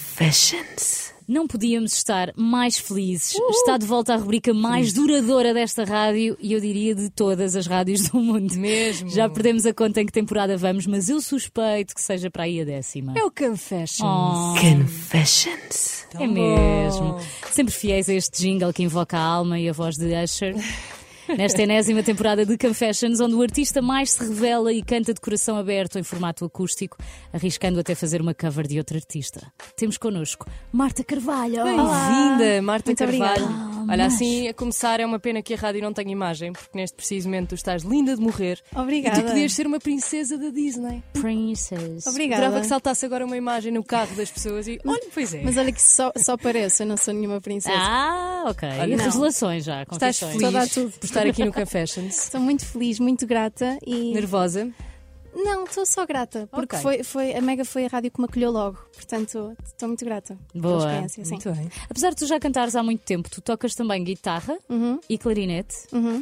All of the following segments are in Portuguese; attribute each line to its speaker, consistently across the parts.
Speaker 1: Confessions.
Speaker 2: Não podíamos estar mais felizes. Está de volta à rubrica mais duradoura desta rádio e eu diria de todas as rádios do mundo.
Speaker 1: Mesmo.
Speaker 2: Já perdemos a conta em que temporada vamos, mas eu suspeito que seja para aí a décima.
Speaker 1: É o Confessions.
Speaker 2: Oh.
Speaker 3: Confessions.
Speaker 1: Oh.
Speaker 2: É mesmo. Sempre fiéis a este jingle que invoca a alma e a voz de Usher. Nesta enésima temporada de Confessions, onde o artista mais se revela e canta de coração aberto em formato acústico, arriscando até fazer uma cover de outro artista. Temos connosco Marta Carvalho.
Speaker 1: Bem-vinda, Marta
Speaker 2: Muito
Speaker 1: Carvalho.
Speaker 3: Ah,
Speaker 2: obrigada.
Speaker 1: Olha,
Speaker 2: Mas-
Speaker 1: assim a começar é uma pena que a rádio não tenha imagem, porque neste preciso momento tu estás linda de morrer.
Speaker 3: Obrigada.
Speaker 1: E tu podias ser uma princesa da Disney.
Speaker 2: Princess.
Speaker 3: Obrigada.
Speaker 1: Adorava que saltasse agora uma imagem no carro das pessoas e. Olha, pois é.
Speaker 3: Mas olha que só, só pareço, eu não sou nenhuma princesa.
Speaker 2: Ah, ok.
Speaker 1: Olha,
Speaker 2: Revelações já,
Speaker 1: Estás
Speaker 2: confissões.
Speaker 3: Só dá
Speaker 1: feliz
Speaker 3: tudo.
Speaker 1: por estar aqui no Confessions.
Speaker 3: Estou muito feliz, muito grata e.
Speaker 1: Nervosa?
Speaker 3: Não, estou só grata, porque
Speaker 1: Ok.
Speaker 3: foi, foi, a Mega foi a rádio que me acolheu logo. Portanto, estou muito grata
Speaker 2: Boa.
Speaker 3: pela experiência. Sim.
Speaker 1: Muito bem.
Speaker 2: Apesar de tu já cantares há muito tempo, tu tocas também guitarra
Speaker 1: Uhum.
Speaker 2: e clarinete.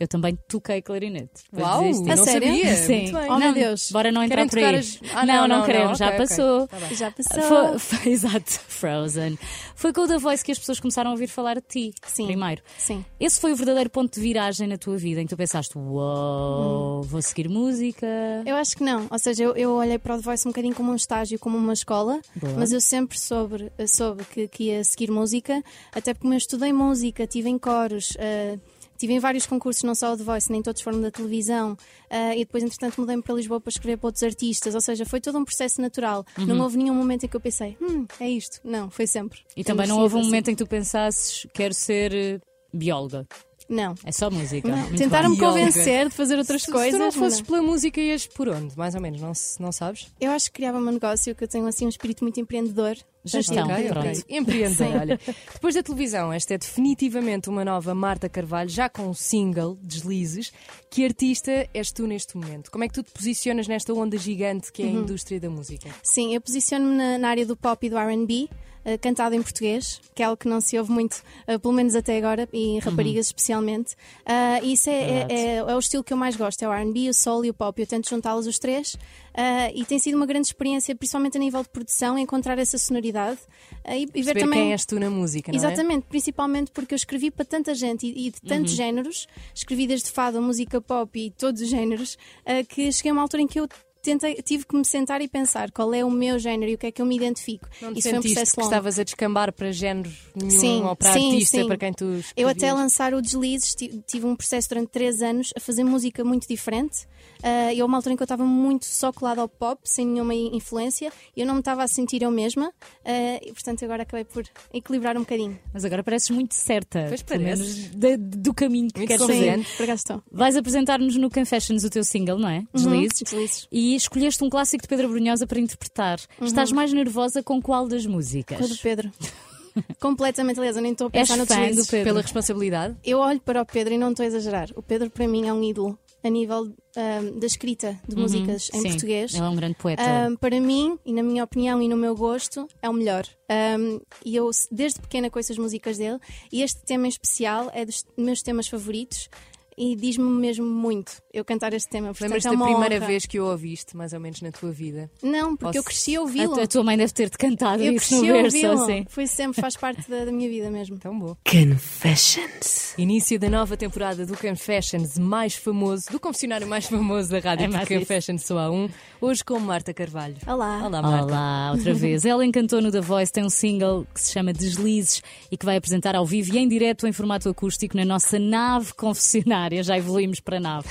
Speaker 2: Eu também toquei clarinete. Depois
Speaker 1: Uau!
Speaker 2: desisti.
Speaker 1: Não
Speaker 3: A sério?
Speaker 1: sabia?
Speaker 2: Sim.
Speaker 1: Muito bem.
Speaker 3: Oh, meu
Speaker 2: Não,
Speaker 3: Deus.
Speaker 2: Bora não
Speaker 1: Querem
Speaker 2: entrar por aí.
Speaker 1: tocar as- Ah,
Speaker 2: não,
Speaker 1: não,
Speaker 2: não,
Speaker 1: não,
Speaker 2: queremos,
Speaker 1: não,
Speaker 2: já
Speaker 1: ok, ok.
Speaker 2: passou.
Speaker 1: Tá bem.
Speaker 3: Já passou.
Speaker 2: Foi, foi- exato, Frozen. Foi com o The Voice que as pessoas começaram a ouvir falar de ti,
Speaker 3: Sim.
Speaker 2: primeiro.
Speaker 3: Sim.
Speaker 2: Esse foi o verdadeiro ponto de viragem na tua vida, em que tu pensaste, uou, vou seguir música.
Speaker 3: Eu acho que não, ou seja, eu, eu olhei para o The Voice um bocadinho como um estágio, como uma escola,
Speaker 2: Boa.
Speaker 3: mas eu sempre soube, soube que, que ia seguir música, até porque eu estudei música, tive em coros, ah, tive em vários concursos, não só o The Voice, nem todos foram da televisão, ah, e depois, entretanto, mudei-me para Lisboa para escrever para outros artistas, ou seja, foi todo um processo natural.
Speaker 2: Uhum.
Speaker 3: Não houve nenhum momento em que eu pensei, hum, é isto. Não, foi sempre. assim.
Speaker 2: E também não houve um momento em que tu pensasses, quero ser eh, bióloga.
Speaker 3: Não.
Speaker 2: É só música. Muito
Speaker 3: Tentaram-me
Speaker 1: bem.
Speaker 3: convencer de fazer outras
Speaker 1: Se
Speaker 3: coisas.
Speaker 1: tu não
Speaker 3: mas
Speaker 1: fosses pela música, ias por onde? Mais ou menos, não, se- não sabes?
Speaker 3: Eu acho que criava um negócio que eu tenho assim um espírito muito empreendedor.
Speaker 2: Gestão,
Speaker 3: Portanto,
Speaker 1: ok,
Speaker 2: pronto.
Speaker 1: ok. Empreendedor, olha. Depois da televisão, esta é definitivamente uma nova Marta Carvalho, já com um single, Deslizes. Que artista és tu neste momento? Como é que tu te posicionas nesta onda gigante que é a
Speaker 3: Uhum.
Speaker 1: indústria da música?
Speaker 3: Sim, eu posiciono-me na, na área do pop e do RB. eh, cantado em português, que é algo que não se ouve muito, eh, pelo menos até agora, e em raparigas especialmente. Ah, e isso é, é-
Speaker 2: Verdade.
Speaker 3: é- é o estilo que eu mais gosto: é o RB, o soul e o pop. Eu tento juntá-los os três ah, e tem sido uma grande experiência, principalmente a nível de produção, encontrar essa sonoridade ah, e, e ver
Speaker 1: Saber
Speaker 3: também.
Speaker 1: quem és tu na música, não é?
Speaker 3: Exatamente, principalmente porque eu escrevi para tanta gente e, e de
Speaker 1: Uhum.
Speaker 3: tantos géneros, escrevi desde fado, a música pop e todos os géneros, ah, que cheguei a uma altura em que eu tentei, tive que me sentar e pensar qual é o meu género e o que é que eu me identifico.
Speaker 1: Não te
Speaker 3: Isso foi um
Speaker 1: sentiste
Speaker 3: processo
Speaker 1: que
Speaker 3: longo.
Speaker 1: estavas a descambar para género nenhum
Speaker 3: Sim,
Speaker 1: ou para
Speaker 3: sim,
Speaker 1: artista
Speaker 3: sim.
Speaker 1: para quem tu
Speaker 3: Eu até
Speaker 1: escrevias?
Speaker 3: lançar o Deslizes ti- tive um processo durante três anos a fazer música muito diferente. Ah, eu, uma altura em que eu estava muito só colada ao pop, sem nenhuma i- influência, eu não me estava a sentir eu mesma, ah, e portanto agora acabei por equilibrar um bocadinho.
Speaker 2: Mas agora pareces muito certa.
Speaker 1: Pois
Speaker 2: pelo
Speaker 1: pareces.
Speaker 2: menos da- do caminho que
Speaker 1: Muito
Speaker 2: queres
Speaker 1: Sim.
Speaker 2: fazer.
Speaker 1: confiante.
Speaker 3: por acaso estou.
Speaker 2: Vais apresentar-nos no Confessions o teu single, não é? Deslizes.
Speaker 3: Uhum. Deslizes.
Speaker 2: E
Speaker 3: Uhum.
Speaker 2: escolheste um clássico de Pedro Brunhosa para interpretar. Estás mais nervosa com qual das músicas?
Speaker 3: Com o do Pedro. Completamente, aliás, eu nem estou a
Speaker 2: És
Speaker 3: pensar no
Speaker 2: fã
Speaker 3: deslize.
Speaker 2: do Pedro.
Speaker 1: Pela responsabilidade?
Speaker 3: Eu olho para o Pedro e não estou a exagerar. O Pedro, para mim, é um ídolo a nível ahm, da escrita de músicas em
Speaker 2: Uhum. Sim,
Speaker 3: português. Ah,
Speaker 2: Ele é um grande poeta.
Speaker 3: Ahm, para mim, e na minha opinião e no meu gosto, é o melhor. Ahm, e eu, desde pequena, conheço as músicas dele. E este tema em especial é dos meus temas favoritos e diz-me mesmo muito eu cantar este tema. Portanto,
Speaker 1: Lembras-te
Speaker 3: é
Speaker 1: da
Speaker 3: uma
Speaker 1: primeira
Speaker 3: honra.
Speaker 1: vez que o ouviste, mais ou menos na tua vida?
Speaker 3: Não, porque eu
Speaker 1: Posso-
Speaker 3: cresci a
Speaker 2: a,
Speaker 3: ouvi-lo.
Speaker 2: tu- a tua mãe deve ter-te cantado
Speaker 3: Eu
Speaker 2: isso
Speaker 3: cresci
Speaker 2: no
Speaker 3: a
Speaker 2: verso,
Speaker 3: ouvi-lo.
Speaker 2: assim.
Speaker 3: Foi sempre, faz parte da, da minha vida mesmo.
Speaker 1: Tão bom.
Speaker 4: Confessions.
Speaker 1: Início da nova temporada do Confessions mais famoso, do confessionário mais famoso da rádio,
Speaker 2: É mais
Speaker 1: porque
Speaker 2: isso.
Speaker 1: Confessions só há um, hoje com Marta Carvalho. Ah.
Speaker 3: Olá.
Speaker 1: Olá, Marta.
Speaker 2: Olá, outra vez. Ela encantou no The Voice, tem um single que se chama Deslizes e que vai apresentar ao vivo e em direto em formato acústico na nossa nave confessionária. Já evoluímos para nave.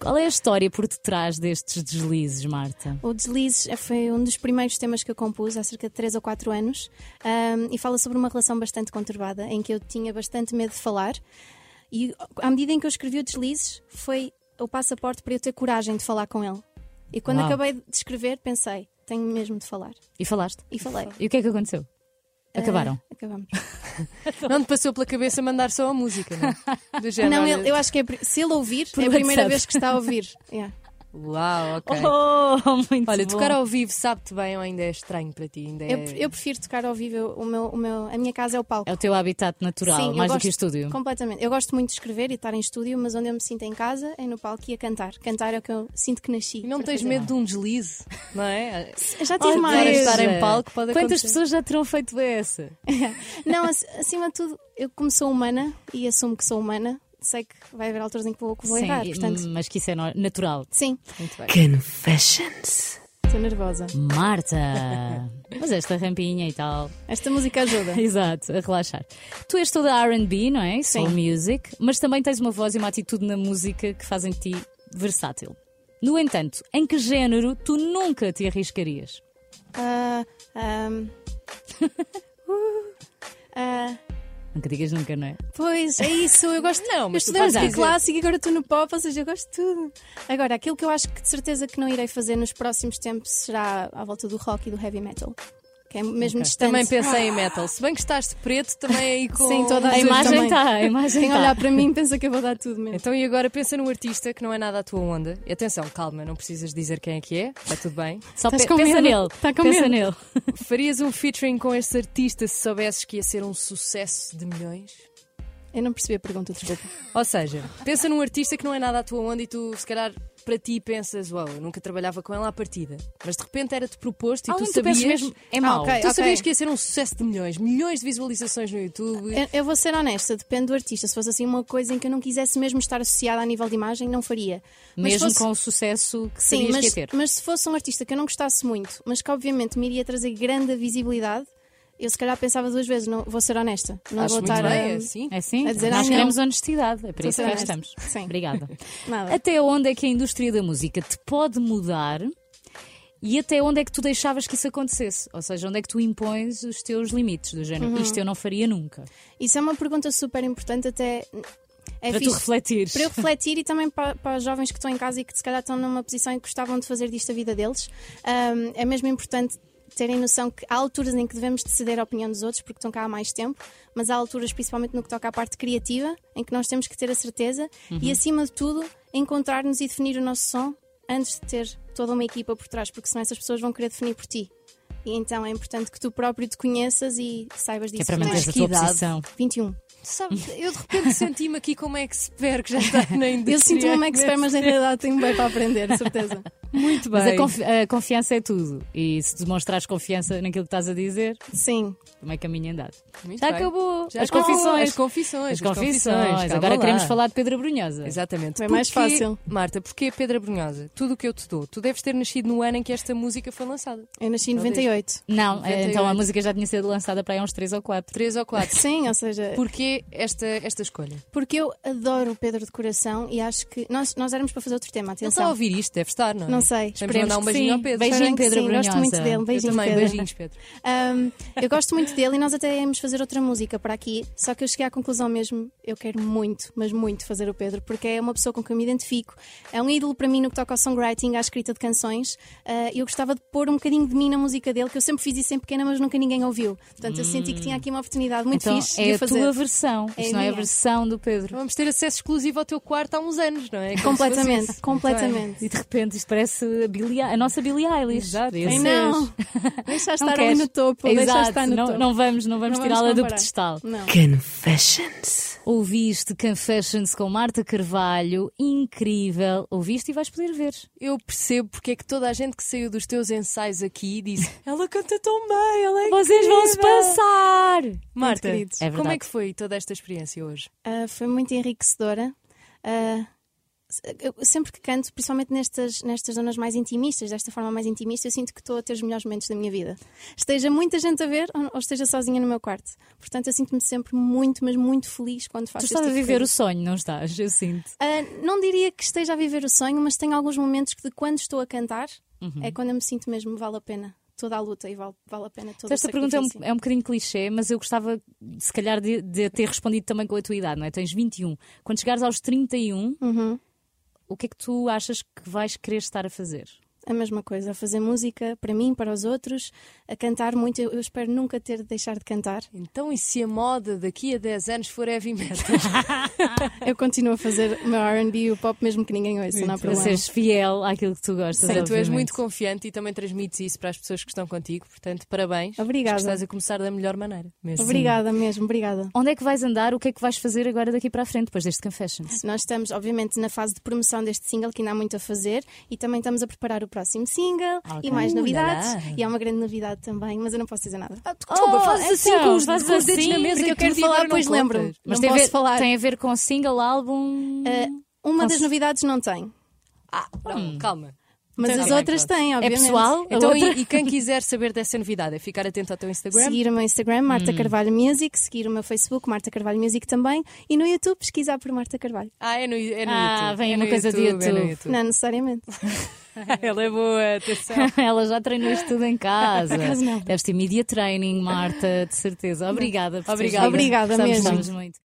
Speaker 2: Qual é a história por detrás destes deslizes, Marta?
Speaker 3: O Deslizes foi um dos primeiros temas que eu compus há cerca de 3 ou 4 anos ahm, e fala sobre uma relação bastante conturbada em que eu tinha bastante medo de falar. E à medida em que eu escrevi o Deslizes, foi o passaporte para eu ter coragem de falar com ele. E quando
Speaker 2: Uau.
Speaker 3: acabei de escrever, pensei, tenho mesmo de falar.
Speaker 2: E falaste?
Speaker 3: E falei.
Speaker 2: E o que é que aconteceu? Acabaram.
Speaker 3: Ah, acabamos.
Speaker 1: Não te passou pela cabeça mandar só a música, não? é? Do género,
Speaker 3: Não,
Speaker 1: olha,
Speaker 3: ele- eu acho que é, pri- se ele ouvir,
Speaker 2: Por
Speaker 3: é a primeira
Speaker 2: WhatsApp.
Speaker 3: vez que está a ouvir. Yeah.
Speaker 1: Uau, ok.
Speaker 2: Oh, muito
Speaker 1: Olha,
Speaker 2: bom.
Speaker 1: tocar ao vivo sabe-te bem ou ainda é estranho para ti? Ainda é...
Speaker 3: Eu, eu prefiro tocar ao vivo, eu- o meu, o meu, a minha casa é o palco.
Speaker 2: É o teu habitat natural,
Speaker 3: Sim, eu
Speaker 2: mais do
Speaker 3: gosto-
Speaker 2: que o estúdio.
Speaker 3: Completamente. Eu gosto muito de escrever e estar em estúdio, mas onde eu me sinto em casa é no palco e a cantar. Cantar é o que eu sinto que nasci.
Speaker 1: E não
Speaker 3: para
Speaker 1: tens
Speaker 3: fazer.
Speaker 1: medo de um deslize, não é?
Speaker 3: Já tive
Speaker 1: Para
Speaker 3: mais.
Speaker 1: estar em palco pode
Speaker 2: Quantas
Speaker 1: acontecer.
Speaker 2: pessoas já terão feito essa?
Speaker 3: Não, ac- acima de tudo, eu como sou humana e assumo que sou humana, sei que vai haver alturas em que vou, que vou
Speaker 2: Sim,
Speaker 3: errar, portanto.
Speaker 2: Mas que isso é no- natural.
Speaker 3: Sim,
Speaker 1: Muito bem.
Speaker 4: Confessions.
Speaker 3: estou nervosa.
Speaker 2: Marta! mas esta rampinha e tal.
Speaker 3: Esta música ajuda.
Speaker 2: Exato, a relaxar. Tu és toda RB, não é? Soul music, mas também tens uma voz e uma atitude na música que fazem de ti versátil. No entanto, em que género tu nunca te arriscarias?
Speaker 3: Ah, ahm. Uh, ah,
Speaker 2: Nunca digas nunca, não é?
Speaker 3: pois, é isso, eu gosto.
Speaker 1: Não,
Speaker 3: eu
Speaker 1: mas tu
Speaker 3: estudei
Speaker 1: fazes
Speaker 3: música
Speaker 1: dizer.
Speaker 3: clássica e agora estou no pop, ou seja, eu gosto de tudo. Agora, aquilo que eu acho que de certeza que não irei fazer nos próximos tempos será à volta do rock e do heavy metal. Que é mesmo distante.
Speaker 1: Também pensei em metal. Se bem que estás de preto, também é aí com.
Speaker 3: Sim, toda
Speaker 2: A
Speaker 3: Mas eu
Speaker 2: imagem tá.
Speaker 3: também.
Speaker 2: está, a imagem
Speaker 3: Quem
Speaker 2: está.
Speaker 3: olhar para mim pensa que eu vou dar tudo mesmo.
Speaker 1: Então, e agora pensa num artista que não é nada à tua onda. E atenção, calma, não precisas dizer quem é que é, está tudo bem.
Speaker 2: Só
Speaker 3: Estás
Speaker 2: pe-
Speaker 3: com
Speaker 2: pensa
Speaker 3: medo?
Speaker 2: nele,
Speaker 3: Está com
Speaker 2: pensa
Speaker 3: medo?
Speaker 2: nele.
Speaker 1: Farias um featuring com este artista se soubesses que ia ser um sucesso de milhões?
Speaker 3: Eu não percebi a pergunta, desculpa.
Speaker 1: Ou seja, pensa num artista que não é nada à tua onda e tu, se calhar, para ti pensas, uau, eu nunca trabalhava com ela à partida. Mas de repente era-te proposto e
Speaker 3: Ah,
Speaker 2: Alguém
Speaker 1: tu
Speaker 2: que
Speaker 3: então
Speaker 2: tu
Speaker 1: sabias. Ah,
Speaker 2: penses mesmo, é mau.
Speaker 3: ok.
Speaker 1: Tu sabias que ia ser um sucesso de milhões, milhões de visualizações no YouTube.
Speaker 3: Eu, eu vou ser honesta, depende do artista. Se fosse assim uma coisa em que eu não quisesse mesmo estar associada a nível de imagem, não faria. Mas
Speaker 2: Mesmo
Speaker 3: fosse-
Speaker 2: com o sucesso que
Speaker 3: Sim,
Speaker 2: sabias
Speaker 3: mas,
Speaker 2: que ia ter.
Speaker 3: mas se fosse um artista que eu não gostasse muito, mas que obviamente me iria trazer grande visibilidade, eu se calhar pensava duas vezes, não, vou ser honesta. Não
Speaker 1: Acho
Speaker 3: vou
Speaker 1: muito
Speaker 3: estar a-
Speaker 1: bem, é assim.
Speaker 2: É sim?
Speaker 3: A dizer,
Speaker 2: Nós
Speaker 3: "Ah, não."
Speaker 2: queremos honestidade, é por isso que
Speaker 3: Sim.
Speaker 2: cá estamos.
Speaker 3: Sim.
Speaker 2: Obrigada.
Speaker 3: Nada.
Speaker 2: Até onde é que a indústria da música te pode mudar e até onde é que tu deixavas que isso acontecesse? Ou seja, onde é que tu impões os teus limites do género? Isto eu não faria nunca.
Speaker 3: Isso é uma pergunta super importante, até é
Speaker 2: para tu
Speaker 3: fixe.
Speaker 2: refletires.
Speaker 3: para eu refletir e também para, para os jovens que estão em casa e que se calhar estão numa posição em que gostavam de fazer disto a vida deles, hum, é mesmo importante terem noção que há alturas em que devemos ceder a opinião dos outros porque estão cá há mais tempo, mas há alturas, principalmente no que toca à parte criativa, em que nós temos que ter a certeza
Speaker 2: Uhum.
Speaker 3: e, acima de tudo, encontrar-nos e definir o nosso som antes de ter toda uma equipa por trás, porque senão essas pessoas vão querer definir por ti. E então é importante que tu próprio te conheças e saibas
Speaker 2: Que é
Speaker 3: disso.
Speaker 2: para
Speaker 3: que
Speaker 2: manteres
Speaker 3: tens
Speaker 2: a
Speaker 1: que
Speaker 2: tua
Speaker 1: idade?
Speaker 2: posição.
Speaker 3: 21.
Speaker 1: Sabe, eu de repente senti-me aqui como um expert que já está na indústria.
Speaker 3: Eu sinto-me uma expert, mas na realidade tenho bem para aprender, certeza.
Speaker 1: Muito bem.
Speaker 2: Mas a, confi- a confiança é tudo. E se demonstrares confiança naquilo que estás a dizer,
Speaker 3: Sim,
Speaker 2: também é caminho andado.
Speaker 1: Muito
Speaker 2: Já
Speaker 1: bem.
Speaker 2: acabou.
Speaker 1: Já
Speaker 2: as,
Speaker 1: acabou.
Speaker 2: confissões.
Speaker 1: As confissões.
Speaker 2: As confissões.
Speaker 1: calma
Speaker 2: Agora
Speaker 1: lá.
Speaker 2: queremos falar de Pedra Brunhosa.
Speaker 1: Exatamente.
Speaker 3: É mais
Speaker 1: Porquê-
Speaker 3: fácil.
Speaker 1: Marta, porquê Pedra Brunhosa? Tudo o que eu te dou. Tu deves ter nascido no ano em que esta música foi lançada.
Speaker 3: Eu é nasci em
Speaker 1: Talvez.
Speaker 3: 98.
Speaker 2: Não, eh,
Speaker 1: 98.
Speaker 2: então a música já tinha sido lançada para aí há uns 3 ou 4.
Speaker 1: Três ou quatro.
Speaker 3: Sim, ou seja,
Speaker 1: Porquê esta, esta escolha?
Speaker 3: porque eu adoro o Pedro de coração e acho que nós, nós éramos para fazer outro
Speaker 1: Ele
Speaker 3: tema,
Speaker 1: está a
Speaker 3: atenção.
Speaker 1: ouvir isto, deve estar, não é?
Speaker 3: Não sei.
Speaker 1: Vamos Então mandar um
Speaker 2: que
Speaker 1: beijinho
Speaker 2: sim.
Speaker 1: ao Pedro.
Speaker 2: Beijinho,
Speaker 3: Espero que
Speaker 2: Pedro
Speaker 3: sim, gosto muito
Speaker 2: Brunhosa.
Speaker 3: dele. Beijinho,
Speaker 1: eu também,
Speaker 3: Pedro.
Speaker 1: beijinhos, Pedro.
Speaker 3: Ahm, eu gosto muito dele e nós até íamos fazer outra música para aqui, só que eu cheguei à conclusão mesmo, eu quero muito, mas muito fazer o Pedro, porque é uma pessoa com quem eu me identifico, é um ídolo para mim no que toca ao songwriting, à escrita de canções, Ah, eu gostava de pôr um bocadinho de mim na música dele, que eu sempre fiz isso em pequena, mas nunca ninguém ouviu. Portanto, eu senti que tinha aqui uma oportunidade muito
Speaker 2: então
Speaker 3: fixe de
Speaker 2: é
Speaker 3: o
Speaker 2: a
Speaker 3: fazer.
Speaker 2: tua versão.
Speaker 3: É
Speaker 2: Isto
Speaker 3: a
Speaker 2: não é a
Speaker 3: minha.
Speaker 2: versão do Pedro.
Speaker 1: Vamos ter acesso exclusivo ao teu quarto há uns anos, não é? Como se fosse isso.
Speaker 3: Completamente,
Speaker 1: Muito bem.
Speaker 3: completamente.
Speaker 2: E de repente isto parece a, Billie- a nossa Billie Eilish. Exato.
Speaker 3: Ai, não, deixa estar é ali
Speaker 2: queres.
Speaker 3: no topo, deixa
Speaker 2: Exato.
Speaker 3: estar no
Speaker 2: não,
Speaker 3: topo.
Speaker 2: não vamos, não vamos
Speaker 3: Não vamos
Speaker 2: tirá-la do
Speaker 3: comparar.
Speaker 2: pedestal.
Speaker 3: Não.
Speaker 4: Confessions.
Speaker 2: Ouviste Confessions com Marta Carvalho, incrível. Ouviste e vais poder ver.
Speaker 1: Eu percebo porque é que toda a gente que saiu dos teus ensaios aqui disse ela canta tão bem, ela é
Speaker 2: Vocês vão se
Speaker 1: incrível."
Speaker 2: passar.
Speaker 1: Marta,
Speaker 3: queridos.
Speaker 2: É
Speaker 1: como é
Speaker 2: verdade.
Speaker 1: que foi toda esta experiência hoje?
Speaker 3: Ah, foi muito enriquecedora. Ah, se- eu- sempre que canto, principalmente nestas, nestas zonas mais intimistas, desta forma mais intimista, eu sinto que estou a ter os melhores momentos da minha vida. Esteja muita gente a ver ou, ou esteja sozinha no meu quarto. Portanto, eu sinto-me sempre muito, mas muito feliz quando
Speaker 2: Tu
Speaker 3: faço
Speaker 2: estás a
Speaker 3: este tipo de
Speaker 2: viver o
Speaker 3: coisas.
Speaker 2: sonho, não estás? Eu sinto.
Speaker 3: Ah, não diria que esteja a viver o sonho, mas tenho alguns momentos que, de quando estou a cantar,
Speaker 2: Uhum.
Speaker 3: é quando eu me sinto mesmo vale a pena toda a luta e vale, vale a pena todo
Speaker 2: Então, Esta
Speaker 3: o
Speaker 2: pergunta é um,
Speaker 3: sacrifício.
Speaker 2: é um bocadinho clichê, mas eu gostava, se calhar, de, de ter respondido também com a tua idade, não é? Tens 21.
Speaker 3: Uhum.
Speaker 2: Quando chegares aos 31, o que é que tu achas que vais querer estar a fazer?
Speaker 3: a mesma coisa, a fazer música para mim, para os outros, a cantar muito. Eu, eu espero nunca ter de deixar de cantar.
Speaker 1: Então, e se a moda daqui a 10 anos for heavy metal?
Speaker 3: Eu continuo a fazer o meu RB e o pop, mesmo que ninguém ouça, não há
Speaker 2: Para
Speaker 3: problema.
Speaker 2: seres fiel àquilo que Então é. tu gostas.
Speaker 1: Sei, tu és
Speaker 2: obviamente.
Speaker 1: muito confiante e também transmites isso para as pessoas que estão contigo, portanto, parabéns.
Speaker 3: Obrigada.
Speaker 1: Acho que Estás a começar da melhor maneira. Mesmo.
Speaker 3: Obrigada mesmo, obrigada.
Speaker 2: Onde é que vais andar? O que é que vais fazer agora daqui para a frente, depois deste Confessions?
Speaker 3: Nós estamos, obviamente, na fase de promoção deste single, que ainda há muito a fazer, e também estamos a preparar o próximo single
Speaker 2: Ok.
Speaker 3: e mais
Speaker 2: Uh,
Speaker 3: novidades.
Speaker 2: lá, lá.
Speaker 3: E há uma grande novidade também, mas eu não posso dizer nada.
Speaker 1: Ah, desculpa,
Speaker 2: Oh,
Speaker 1: fazes assim
Speaker 2: então,
Speaker 1: com os,
Speaker 2: fazes
Speaker 1: com os dedos
Speaker 2: assim,
Speaker 1: na mesa
Speaker 3: porque
Speaker 1: e
Speaker 3: eu quero
Speaker 1: tudo e agora
Speaker 3: falar,
Speaker 1: não
Speaker 3: pois
Speaker 1: contas.
Speaker 3: lembro-me. Não
Speaker 2: tem, a
Speaker 3: posso
Speaker 2: ver,
Speaker 3: falar.
Speaker 2: tem a ver com single, álbum.
Speaker 3: Ah, Uma
Speaker 2: Posso-
Speaker 3: das novidades não tem,
Speaker 1: Ah, não, calma.
Speaker 3: mas
Speaker 1: Então, tá
Speaker 3: as
Speaker 1: bem,
Speaker 3: outras
Speaker 1: pronto.
Speaker 3: têm, obviamente.
Speaker 2: É pessoal? A
Speaker 1: Então,
Speaker 2: outra?
Speaker 1: e, e quem quiser saber dessa novidade é ficar atento ao teu Instagram.
Speaker 3: Seguir o meu Instagram, Marta Carvalho Music, seguir o meu Facebook, Marta Carvalho Music também, e no YouTube pesquisar por Marta Carvalho.
Speaker 1: Ah, é no, é no
Speaker 2: Ah,
Speaker 1: YouTube.
Speaker 2: vem
Speaker 1: é
Speaker 2: uma
Speaker 1: no
Speaker 2: coisa de
Speaker 1: É no
Speaker 2: YouTube.
Speaker 3: Não necessariamente.
Speaker 1: Ela é boa, atenção.
Speaker 2: Ela já treinou isto tudo em casa.
Speaker 3: acaso não.
Speaker 2: Deves ter media training, Marta, de certeza. Obrigada. por teres
Speaker 1: Obrigada.
Speaker 2: vindo.
Speaker 3: Obrigada
Speaker 2: Gostamos,
Speaker 3: mesmo.
Speaker 2: gostamos muito.